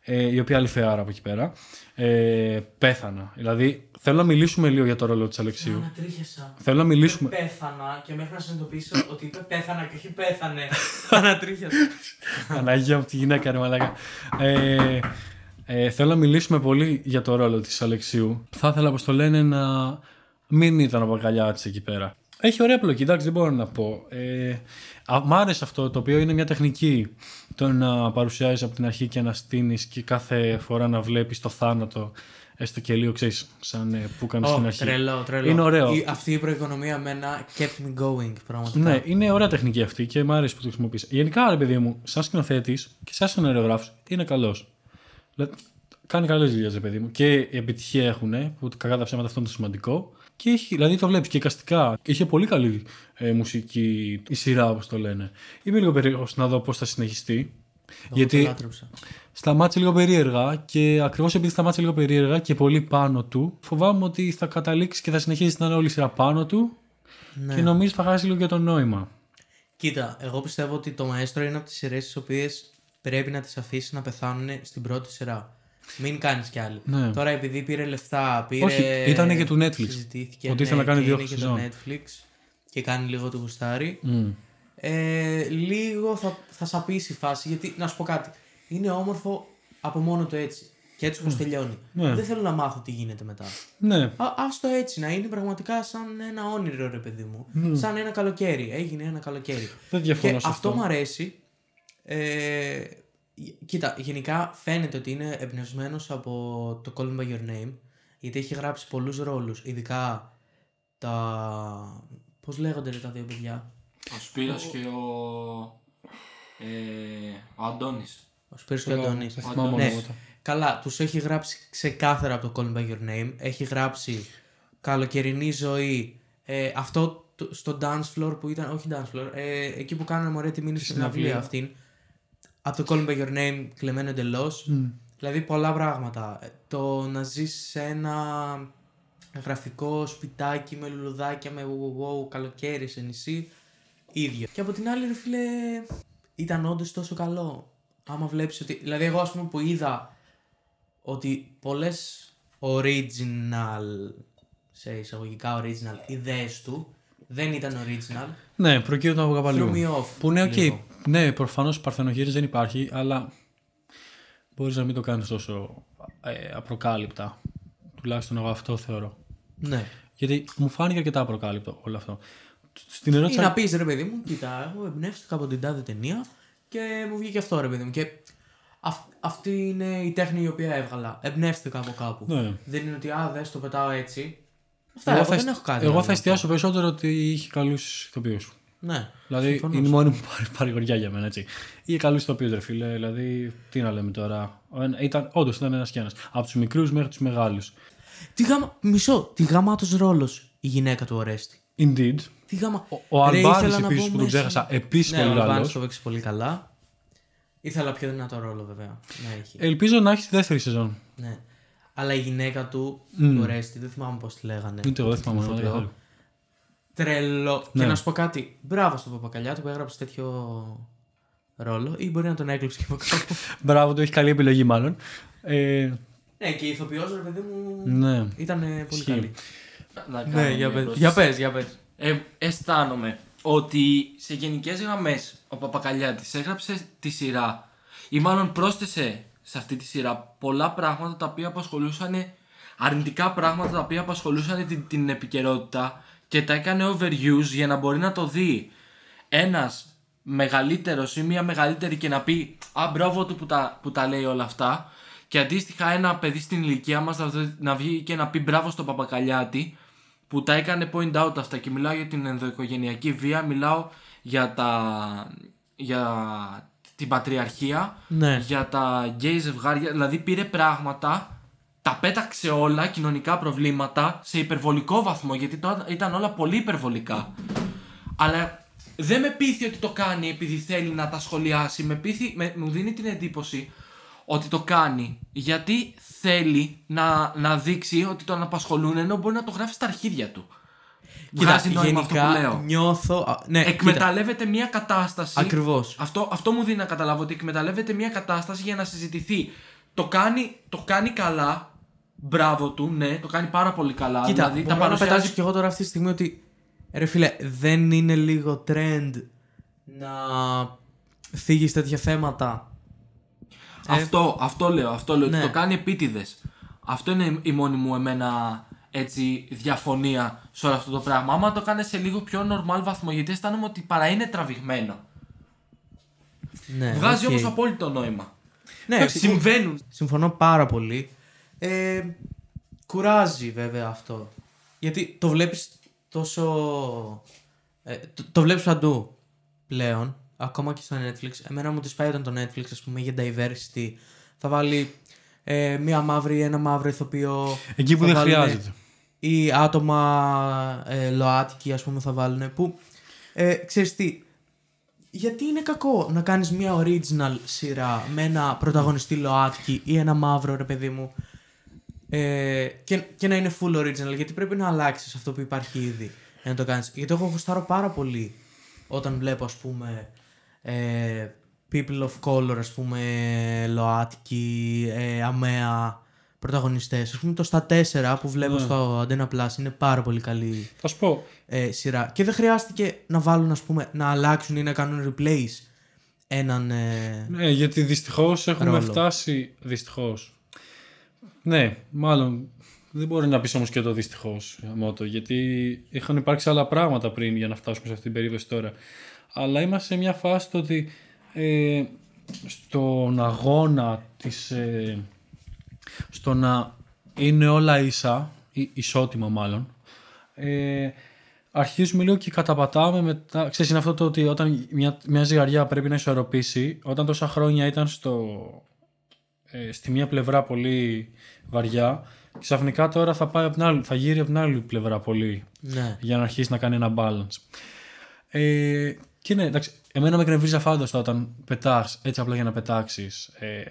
S2: Ε, η οποία αληθεάρα από εκεί πέρα. Ε, πέθανα. Δηλαδή, θέλω να μιλήσουμε λίγο για το ρόλο της
S1: Ναι,
S2: Αλεξίου.
S1: Ανατρίχιασα.
S2: Θέλω να μιλήσουμε.
S1: Πέθανα και μέχρι να συνειδητοποιήσω ότι είπε πέθανα και όχι πέθανε. Ανατρίχιασα.
S2: Αναγία μου τη γυναίκα, ρε μαλάκα. Ε, ε, θέλω να μιλήσουμε πολύ για το ρόλο της Αλεξίου. Θα ήθελα, όπως το λένε, να μην ήταν ο Παγκαλιάτης εκεί πέρα. Έχει ωραία πλοκή, εντάξει, δεν μπορώ να πω. Ε, α, μ' άρεσε αυτό, το οποίο είναι μια τεχνική. Το να παρουσιάζεις από την αρχή και να στείνεις και κάθε φορά να βλέπεις το θάνατο έστω και λίγο, ξέρεις, σαν ε, που έκανε στην
S1: Ω,
S2: αρχή.
S1: τρελό, τρελό.
S2: Είναι ωραίο.
S1: Η- αυτή η προοικονομία μένα kept me going πραγματικά.
S2: Ναι, είναι ωραία τεχνική αυτή και μου αρέσει που τη χρησιμοποιείς. Γενικά, ρε παιδί μου, σαν σκηνοθέτης και σαν σεναριογράφο είναι καλός. Δηλαδή, κάνει καλές δουλειές, ρε παιδί μου. Και επιτυχία έχουν, που κακά τα ψέματα αυτό είναι το σημαντικό. Και έχει, δηλαδή το βλέπεις και καστικά. Είχε πολύ καλή ε, μουσική η σειρά, όπως το λένε. Είμαι λίγο περίεργος να δω πώς θα συνεχιστεί.
S1: Εγώ το
S2: γιατί
S1: λάτρεψα.
S2: σταμάτησε λίγο περίεργα και ακριβώς επειδή σταμάτησε λίγο περίεργα και πολύ πάνω του, φοβάμαι ότι θα καταλήξει και θα συνεχίσει να είναι όλη η σειρά πάνω του
S1: Ναι.
S2: και νομίζω θα χάσει λίγο και το νόημα.
S1: Κοίτα, εγώ πιστεύω ότι το μαέστρο είναι από τις σειρές τις οποίες πρέπει να τις αφήσει να πεθάνουν στην πρώτη σειρά. Μην κάνεις κι άλλη.
S2: Ναι.
S1: Τώρα επειδή πήρε λεφτά, πήρε.
S2: Όχι, ήτανε και του Netflix.
S1: Συζητήθηκε. ναι,
S2: Ότι ήθελε να κάνει
S1: και
S2: δύο
S1: είναι και
S2: σεζόν. Mm.
S1: το Netflix και κάνει λίγο το γουστάρι. Ε, λίγο θα, θα σαπίσει η φάση. Γιατί να σου πω κάτι. Είναι όμορφο από μόνο το έτσι. Και έτσι όπως τελειώνει.
S2: Ναι.
S1: Δεν θέλω να μάθω τι γίνεται μετά.
S2: Ναι.
S1: Α ας το έτσι, να είναι πραγματικά σαν ένα όνειρο, ρε παιδί μου. Σαν ένα καλοκαίρι. Έγινε ένα καλοκαίρι.
S2: Ναι. Δεν διαφωνώ
S1: και
S2: σε αυτό.
S1: αυτό μου αρέσει. Ε, κοίτα, γενικά φαίνεται ότι είναι εμπνευσμένος από το Call Me By Your Name. Γιατί έχει γράψει πολλούς ρόλους. Ειδικά τα. Πώς λέγονται ρε, τα δύο παιδιά.
S4: Ο Σπύρος και ο. Ε, ο Αντώνης.
S1: Ο Σπύρος και ο Αντώνης.
S2: Δεν θυμάμαι
S1: Ναι.
S2: ονόματα.
S1: Καλά, τους έχει γράψει ξεκάθαρα από το Call Me By Your Name. Έχει γράψει καλοκαιρινή ζωή. Ε, αυτό το- στο dance floor που ήταν, όχι dance floor, ε, εκεί που κάνανε μωρέ τη μήνυ στην αυλή
S2: συναυλία.
S1: αυτήν. Από το Call Me By Your Name κλεμμένο εντελώς. Δηλαδή πολλά πράγματα. Ε, Το να ζεις σε ένα γραφικό σπιτάκι με λουλουδάκια, με wow, wow, wow, καλοκαίρι σε νησί. Ίδιο. Και από την άλλη, ρε φίλε, ήταν όντως τόσο καλό. Άμα βλέπεις ότι. Δηλαδή, εγώ ας πούμε που είδα ότι πολλές original, σε εισαγωγικά original, ιδέες του δεν ήταν original.
S2: Ναι, προκύπτουν από κάπου
S1: Threw me
S2: αλλού.
S1: off
S2: Που ναι, οκ.
S1: λίγο.
S2: Ναι, προφανώς παρθενογύρι δεν υπάρχει, αλλά μπορείς να μην το κάνεις τόσο ε, απροκάλυπτα. Τουλάχιστον εγώ αυτό θεωρώ.
S1: Ναι.
S2: Γιατί μου φάνηκε αρκετά απροκάλυπτο όλο αυτό. Στην
S1: Ή
S2: ερώτηση.
S1: να πεις ρε παιδί μου, κοίτα, εγώ εμπνεύστηκα από την τάδε ταινία και μου βγήκε αυτό ρε παιδί μου. Και αυ- αυτή είναι η τέχνη η οποία έβγαλα. Εμπνεύστηκα από κάπου.
S2: Ναι.
S1: Δεν είναι ότι α, δες το πετάω έτσι. Αυτά,
S2: Εγώ,
S1: εγώ,
S2: θα,
S1: δεν έχω κάτι.
S2: εγώ
S1: άλλο.
S2: θα εστιάσω περισσότερο ότι είχε καλούς ηθοποιούς.
S1: Ναι.
S2: Δηλαδή
S1: Συμφωνώ.
S2: είναι η μόνη μου παρη- παρηγοριά για μένα, έτσι. Είχε καλού ηθοποιού, ρε φίλε. Δηλαδή, τι να λέμε τώρα. Ο ένα- Ήταν, Όντως ήταν ένας και ένας. Από τους μικρούς μέχρι τους μεγάλους.
S1: Τι γάμα... Μισό, τι γαμάτος ρόλος η γυναίκα του Ορέστη.
S2: Indeed.
S1: Τι γάμα...
S2: Ο
S1: Ρε,
S2: Αλμπάνης
S1: ήθελα να
S2: επίσης
S1: μπω
S2: που τον
S1: μέσα.
S2: ξέχασα, επίση
S1: Ναι,
S2: πολύ
S1: ο Αλμπάνης
S2: καλό.
S1: το παίξει πολύ καλά. Ήθελα πιο δυνατό ρόλο βέβαια να έχει.
S2: Ελπίζω να έχει τη δεύτερη σεζόν.
S1: Ναι. Αλλά η γυναίκα του,
S2: Μμμ.
S1: του Ρέστη, δεν θυμάμαι πώς τη λέγανε.
S2: Ούτε εγώ δεν θυμάμαι,
S1: Ηθοποιό.
S2: δεν καθόλου.
S1: Τρελό.
S2: Ναι.
S1: Και να σου πω κάτι. Μπράβο στον Παπακαλιάτο που έγραψε τέτοιο ρόλο, ή μπορεί να τον έκλεψε και από κάπου.
S2: Μπράβο, το έχει καλή επιλογή μάλλον. Ε,
S1: ναι, και η ηθοποιός, ρε παιδί μου.
S2: ναι.
S1: Ήταν ε, πολύ
S2: Ισχύει.
S1: καλή.
S4: Να κάνω
S1: Ναι,
S4: μια
S1: για πες,
S4: ερώτηση.
S1: για πες, για πες.
S4: Ε, αισθάνομαι ότι σε γενικές γραμμές ο Παπακαλιάτης έγραψε τη σειρά ή μάλλον πρόσθεσε σε αυτή τη σειρά πολλά πράγματα τα οποία απασχολούσαν αρνητικά πράγματα τα οποία απασχολούσαν την, την επικαιρότητα και τα έκανε overuse για να μπορεί να το δει ένας μεγαλύτερος ή μια μεγαλύτερη και να πει «Α, μπράβο του που τα, που τα λέει όλα αυτά» και αντίστοιχα ένα παιδί στην ηλικία μας να, δω- να βγει και να πει «Μπράβο στον Παπακαλιάτη» που τα έκανε point out αυτά και μιλάω για την ενδοοικογενειακή βία, μιλάω για τα... για την πατριαρχία,
S1: Ναι.
S4: για τα γκέι ζευγάρια, δηλαδή πήρε πράγματα, τα πέταξε όλα, κοινωνικά προβλήματα, σε υπερβολικό βαθμό, γιατί το- ήταν όλα πολύ υπερβολικά. Αλλά δεν με πείθει ότι το κάνει επειδή θέλει να τα σχολιάσει. Με πείθει, με, μου δίνει την εντύπωση ότι το κάνει γιατί θέλει να, να δείξει ότι τον απασχολούν ενώ μπορεί να το γράφει στα αρχίδια του. Βγάζει νόημα αυτό που λέω.
S1: νιώθω. α, ναι,
S4: Εκμεταλλεύεται μια κατάσταση.
S1: Ακριβώς.
S4: Αυτό, αυτό μου δίνει να καταλάβω ότι εκμεταλλεύεται μια κατάσταση για να συζητηθεί. Το κάνει, το κάνει καλά. Μπράβο του, ναι, το κάνει πάρα πολύ καλά.
S1: Κοίτα,
S4: δηλαδή,
S1: μπορώ
S4: τα
S1: να
S4: παρουσιάζει
S1: πετάσω κι εγώ τώρα αυτή τη στιγμή ότι ρε φίλε, δεν είναι λίγο trend να θίγεις τέτοια θέματα.
S4: Αυτό, αυτό λέω, αυτό λέω. ότι
S1: Ε, ναι.
S4: Το κάνει επίτηδες. Αυτό είναι η μόνη μου εμένα έτσι διαφωνία σε όλο αυτό το πράγμα. Άμα το κάνεις σε λίγο πιο normal βαθμό, γιατί αισθάνομαι ότι παρά είναι τραβηγμένο.
S1: Ναι,
S4: Βγάζει
S1: οκ.
S4: όμως όμω απόλυτο νόημα.
S1: Ναι,
S4: Συμβαίνουν.
S1: Συμφωνώ πάρα πολύ. Ε, κουράζει βέβαια αυτό. Γιατί το βλέπεις τόσο... Ε, το, το βλέπεις παντού πλέον. Ακόμα και στο Netflix. Εμένα μου τη σπάει όταν το Netflix, ας πούμε, για diversity. Θα βάλει ε, μία μαύρη, ένα μαύρο ηθοποιό.
S2: Εκεί που
S1: Θα
S2: δεν
S1: βάλουνε
S2: χρειάζεται.
S1: Ή άτομα ε, ΛΟΑΤΚΙ, ας πούμε, θα βάλουν. Που, ε, ξέρεις τι, γιατί είναι κακό να κάνεις μια original σειρά με ένα πρωταγωνιστή ΛΟΑΤΚΙ ή ένα μαύρο ρε παιδί μου ε, και, και να είναι full original γιατί πρέπει να αλλάξεις αυτό που υπάρχει ήδη για να το κάνεις. Γιατί εγώ γουστάρω πάρα πολύ όταν βλέπω ας πούμε ε, people of color ας πούμε ΛΟΑΤΚΙ, ε, αμαία πρωταγωνιστές. Ας πούμε το στα 4 που βλέπω στο Antenna Plus είναι πάρα πολύ καλή
S2: Θα σου πω.
S1: ε, σειρά. Και δεν χρειάστηκε να βάλουν, ας πούμε, να αλλάξουν ή να κάνουν replace έναν. Ε...
S2: Ναι, γιατί δυστυχώς έχουμε
S1: Ρόλο.
S2: φτάσει. Δυστυχώς. Ναι, μάλλον δεν μπορεί να πεις όμως και το δυστυχώς μότο, γιατί είχαν υπάρξει άλλα πράγματα πριν για να φτάσουμε σε αυτή την περίπτωση τώρα. Αλλά είμαστε σε μια φάση το ότι ε, στον αγώνα της, ε, στο να είναι όλα ίσα, ή ισότιμα μάλλον, ε, αρχίζουμε λίγο και καταπατάμε μετά. Ξέρεις, είναι αυτό το ότι όταν μια, μια ζυγαριά πρέπει να ισορροπήσει, όταν τόσα χρόνια ήταν στο, ε, στη μία πλευρά πολύ βαριά, ξαφνικά τώρα θα, πάει απ' την άλλη, θα γύρει από την άλλη πλευρά πολύ
S1: Ναι.
S2: για να αρχίσει να κάνει ένα balance. Ε, και ναι, εντάξει, εμένα με κρεμβρίζει αφάνταστα όταν πετάς έτσι απλά για να πετάξεις ε,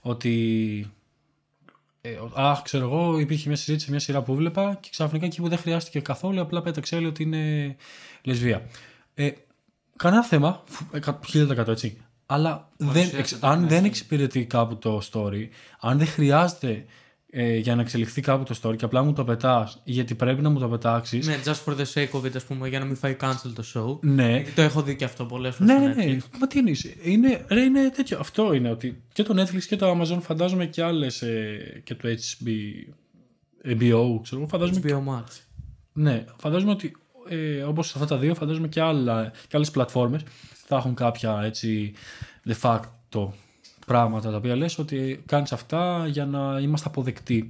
S2: ότι ε, ο- αχ, ξέρω εγώ, υπήρχε μια συζήτηση, σε μια σειρά που βλέπα και ξαφνικά εκεί που δεν χρειάστηκε καθόλου, απλά πέταξε όλοι ότι είναι λεσβία. Ε, κανένα θέμα, φου- ε, κα- 100% έτσι.
S1: ναι,
S2: Αλλά δεν, εξ- αν δεν εξυπηρετεί κάπου το story, αν δεν χρειάζεται ε, για να εξελιχθεί κάπου το story και απλά μου το πετάς γιατί πρέπει να μου το πετάξεις.
S1: Ναι, just for the sake of it, ας πούμε, για να μην φάει cancel το show.
S2: ναι.
S1: Γιατί το έχω δει και αυτό πολλές φορές.
S2: Ναι, ναι, ναι. Μα τι εννοείς. Είναι, ρε, είναι τέτοιο. Αυτό είναι ότι και το Netflix και το Amazon φαντάζομαι και άλλες. και το HB, HBO, ξέρω εγώ. Φαντάζομαι. και-
S1: HBO Max.
S2: Ναι, φαντάζομαι ότι ε, όπως αυτά τα δύο, φαντάζομαι και, άλλα, και άλλες πλατφόρμες θα έχουν κάποια έτσι de facto πράγματα τα οποία λες ότι κάνεις αυτά για να είμαστε αποδεκτοί.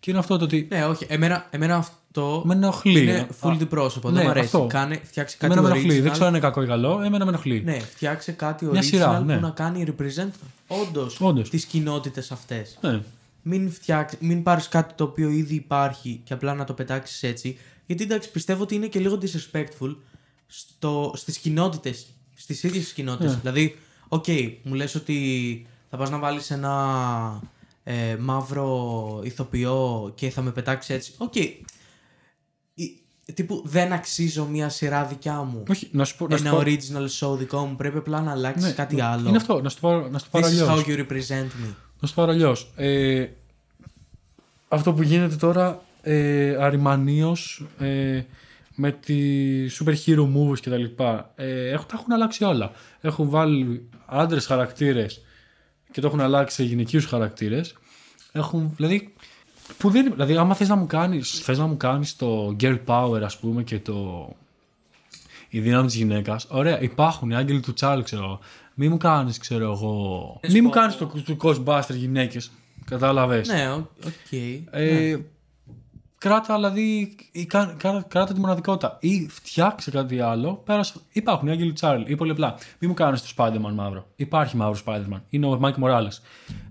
S2: Και είναι αυτό το ότι
S1: Ναι, όχι. Εμένα, εμένα αυτό
S2: με ενοχλεί.
S1: είναι
S2: Α,
S1: full διπρόσωπο.
S2: ναι,
S1: δεν μου αρέσει.
S2: αυτό.
S1: Κάνε, φτιάξε κάτι
S2: «Ε, Εμένα με ενοχλεί.
S1: original.
S2: Δεν ξέρω αν είναι κακό ή καλό. Εμένα με ενοχλεί.
S1: Ναι, φτιάξε κάτι
S2: Μια
S1: original
S2: σειρά, ναι.
S1: που να κάνει represent όντως
S2: Όντως.
S1: τις κοινότητες αυτές.
S2: Ναι.
S1: Μην, φτιάξ- μην πάρεις κάτι το οποίο ήδη υπάρχει και απλά να το πετάξεις έτσι. Γιατί εντάξει, πιστεύω ότι είναι και λίγο disrespectful στο... στις κοινότητες. Στις ίδιες τις κοινότητες.
S2: Ναι.
S1: Δηλαδή, οκ, μου λες ότι θα πας να βάλεις ένα ε, μαύρο ηθοποιό και θα με πετάξεις έτσι. Οκ. Η- Τύπου δεν αξίζω μια σειρά δικιά μου.
S2: Όχι, να σου πω. Να σου
S1: ένα
S2: πω-
S1: original show δικό μου. Πρέπει απλά να αλλάξει
S2: ναι,
S1: κάτι
S2: ναι.
S1: άλλο.
S2: Είναι αυτό. Να σου το πάρω, να σου το
S1: This
S2: πάρω
S1: is
S2: αλλιώς.
S1: how you represent me.
S2: Να σου το πάρω αλλιώς. Ε, αυτό που γίνεται τώρα ε, αριμανίως ε, με τη super hero movies και τα λοιπά ε, έχουν, τα έχουν αλλάξει όλα. Έχουν βάλει άντρες χαρακτήρες και το έχουν αλλάξει σε γυναικείους χαρακτήρες. Έχουν, δηλαδή, που δεν, δηλαδή άμα θες να μου κάνεις, θες να μου κάνεις το girl power ας πούμε και το η δύναμη της γυναίκας. Ωραία, υπάρχουν οι άγγελοι του Τσάλ, ξέρω εγώ. Μη μου κάνεις, ξέρω εγώ. Μη μου κάνεις το, το Ghostbuster γυναίκες. Κατάλαβες.
S1: Ναι, οκ. οκ.
S2: Ε, Κράτα, δηλαδή, ή κα- κράτα, κράτα τη μοναδικότητα. Ή φτιάξε κάτι άλλο. Πέρασε. Υπάρχουν οι Άγγελοι Τσάρλ. Ή πολύ απλά. Μην μου κάνεις το Spider-Man μαύρο. Υπάρχει μαύρος Spider-Man. Είναι ο Mike Morales.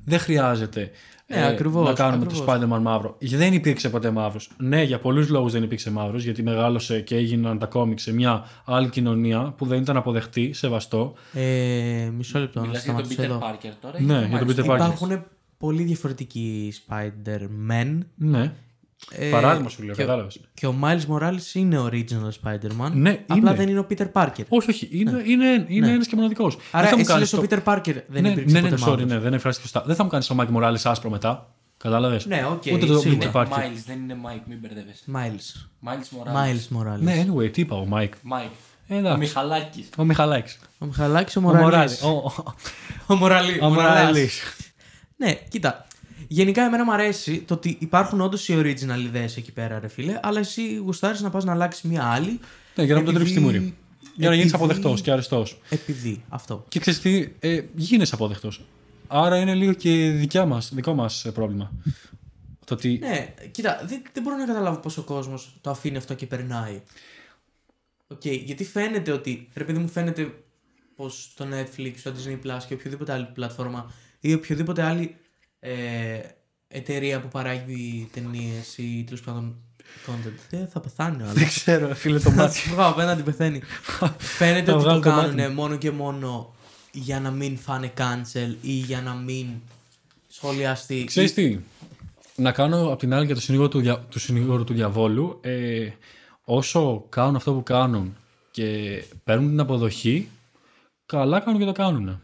S2: Δεν χρειάζεται ε,
S1: Ναι, ακριβώς,
S2: να κάνουμε
S1: ακριβώς.
S2: το Spider-Man μαύρο. Γιατί Δεν υπήρξε ποτέ μαύρος. Ναι, για πολλούς λόγους δεν υπήρξε μαύρος. Γιατί μεγάλωσε και έγιναν τα κόμικ σε μια άλλη κοινωνία που δεν ήταν αποδεχτή, σεβαστό.
S1: Ε, μισό λεπτό να
S4: Μιλάς δηλαδή, για τον
S1: σταματήσω
S4: Peter
S1: εδώ.
S4: Parker τώρα.
S2: Ναι, για τον Peter Parker.
S1: Υπάρχουν πολύ διαφορετικοί Spider-Man.
S2: Ναι.
S1: Ε,
S2: Παράδειγμα σου λέω,
S1: και-
S2: κατάλαβες.
S1: Και ο Miles Morales είναι original Spider-Man.
S2: Ναι,
S1: απλά
S2: είναι.
S1: δεν είναι ο Peter Parker.
S2: Όχι, όχι. Είναι, είναι, είναι ένας και μοναδικός.
S1: Ναι. Άρα εσύ λες ο Peter Parker δεν
S2: ναι,
S1: υπήρξε
S2: ναι, ναι,
S1: ποτέ
S2: sorry,
S1: μαύρος.
S2: ναι, δεν εκφράστηκε σωστά. Δεν θα μου κάνεις το Mike Morales άσπρο μετά. Κατάλαβες.
S1: Ναι, οκ,
S2: Ούτε το
S1: σίγουρα.
S2: Peter Parker.
S4: Ε, Miles, δεν είναι Mike, μην μπερδεύεσαι.
S1: Miles.
S4: Miles Morales.
S1: Miles Morales.
S2: Ναι, anyway, τι είπα ο Mike.
S4: Mike.
S2: Ε,
S4: Ο
S2: Εντάξει.
S4: Μιχαλάκης.
S2: Ο Μιχαλάκης.
S1: Ο Μιχαλάκης ο
S2: Ο Μοράλης.
S1: Morales. Ο Μοραλής.
S2: Ο Μοράλης.
S1: Ναι, κοίτα. Γενικά, εμένα μου αρέσει το ότι υπάρχουν όντως οι original ιδέες εκεί πέρα, ρε φίλε, αλλά εσύ γουστάρεις να πας να αλλάξεις μία άλλη.
S2: Ναι, για να μην
S1: επειδή-
S2: τον τρίψεις τη μούρη. Για να γίνεις
S1: επειδή-
S2: αποδεκτός και αρεστός.
S1: Επειδή αυτό.
S2: Και ξέρεις τι, ε, γίνει αποδεκτός. Άρα είναι λίγο και δικιά μας, δικό μας πρόβλημα. Το ότι.
S1: Ναι, κοίτα, δεν, δεν μπορώ να καταλάβω πώς ο κόσμος το αφήνει αυτό και περνάει. Οκ, γιατί φαίνεται ότι. Ρε παιδί μου, φαίνεται πως το Netflix, το Disney Plus και οποιοδήποτε άλλη πλατφόρμα ή οποιοδήποτε άλλη ε, εταιρεία που παράγει ταινίες ή τέλος πάντων content. Ε, θα πεθάνει ο άλλος.
S2: Δεν ξέρω, φίλε το
S1: Θα
S2: μάτι.
S1: σου βγάλω απέναντι πεθαίνει. Φαίνεται
S2: Θα
S1: ότι το
S2: βγάλω το μάτι
S1: κάνουν μόνο και μόνο για να μην φάνε cancel ή για να μην σχολιαστεί.
S2: Ξέρεις τι, να κάνω απ' την άλλη για το συνήγορο του, δια- του, συνήγορου του διαβόλου ε, όσο κάνουν αυτό που κάνουν και παίρνουν την αποδοχή καλά κάνουν και το κάνουν.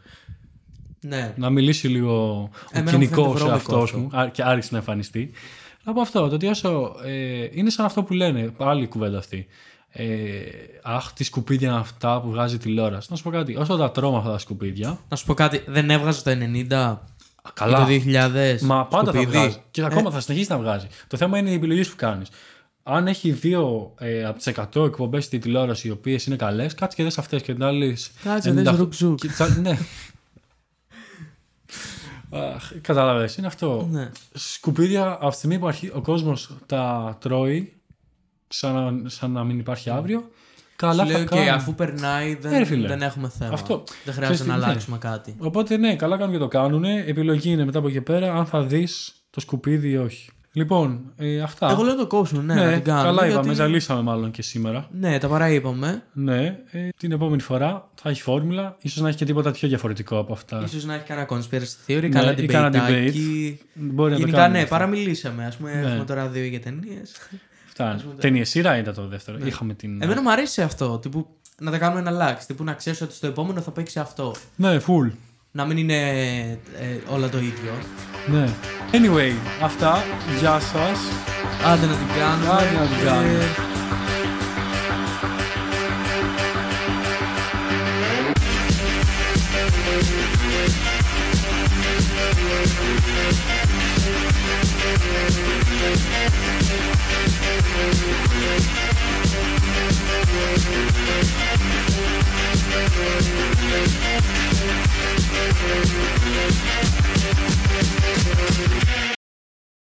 S1: Ναι.
S2: Να μιλήσει λίγο
S1: Εμένα
S2: ο
S1: μου
S2: κοινικό
S1: φαίνεται βρώμικο
S2: εαυτό
S1: αυτό.
S2: μου α, και άρχισε να εμφανιστεί. Να πω αυτό, το ότι όσο ε, είναι σαν αυτό που λένε, πάλι η κουβέντα αυτή. Ε, αχ, τι σκουπίδια είναι αυτά που βγάζει η τηλεόραση. Να σου πω κάτι, όσο τα τρώμε αυτά τα σκουπίδια,
S1: Να σου πω κάτι, δεν έβγαζε το 90
S2: α,
S1: ή το
S2: καλά,
S1: 2000.
S2: Μα πάντα
S1: σκουπίδι. Ε.
S2: θα βγάζει. Και ακόμα θα συνεχίσει να βγάζει. Το θέμα είναι οι επιλογές που κάνεις. Αν έχει δύο ε, από τις 100 εκπομπές στη τηλεόραση οι οποίες είναι καλές, κάτσε και δες αυτές και την άλλη.
S1: Κάτσε, δες
S2: 98
S1: ρουκ-ζουκ.
S2: και τις άλλες- Ναι. Κατάλαβες, είναι αυτό.
S1: Ναι.
S2: Σκουπίδια από τη στιγμή που αρχι- ο κόσμος τα τρώει, σαν, να- σαν να μην υπάρχει αύριο, καλά
S1: Ναι. Σου
S2: θα
S1: λέω και
S2: κάνουν.
S1: αφού περνάει
S2: Ε, ρε
S1: δεν,
S2: φίλε.
S1: δεν έχουμε θέμα.
S2: Αυτό.
S1: Δεν
S2: Ξέρεις
S1: χρειάζεται
S2: τι,
S1: να
S2: ναι.
S1: αλλάξουμε κάτι.
S2: Οπότε ναι, καλά κάνουν και το κάνουν. Επιλογή είναι μετά από εκεί πέρα αν θα δεις το σκουπίδι ή όχι. Λοιπόν, ε, αυτά.
S1: Εγώ λέω το κόψουμε, ναι, να την κάνουμε.
S2: καλά είπαμε,
S1: γιατί-
S2: ζαλίσαμε μάλλον και σήμερα.
S1: Ναι, τα παραείπαμε.
S2: Ναι, ε, την επόμενη φορά θα έχει φόρμουλα, ίσως να έχει και τίποτα πιο διαφορετικό από αυτά.
S1: Ίσως να έχει κανένα conspiracy theory, ναι,
S2: Ναι,
S1: κανένα
S2: ή κανένα
S1: debate.
S2: Μπορεί να το
S1: Γενικά,
S2: κάνουμε
S1: ναι,
S2: αυτό.
S1: παραμιλήσαμε. Ας πούμε,
S2: Ναι.
S1: έχουμε τώρα δύο για ταινίες.
S2: Φτάνει. Ταινίες σειρά ήταν το δεύτερο. Είχαμε την...
S1: Ναι. Εμένα μου αρέσει αυτό. Τύπου, να τα κάνουμε ένα lax. Τύπου να ξέρεις ότι στο επόμενο θα παίξει αυτό.
S2: Ναι, full.
S1: να μην είναι ε, όλα το ίδιο.
S2: Ναι. Anyway, αυτά. Γεια σας.
S1: Άντε να την κάνουμε. Ε,
S2: Άντε να την
S1: και-
S2: κάνουμε.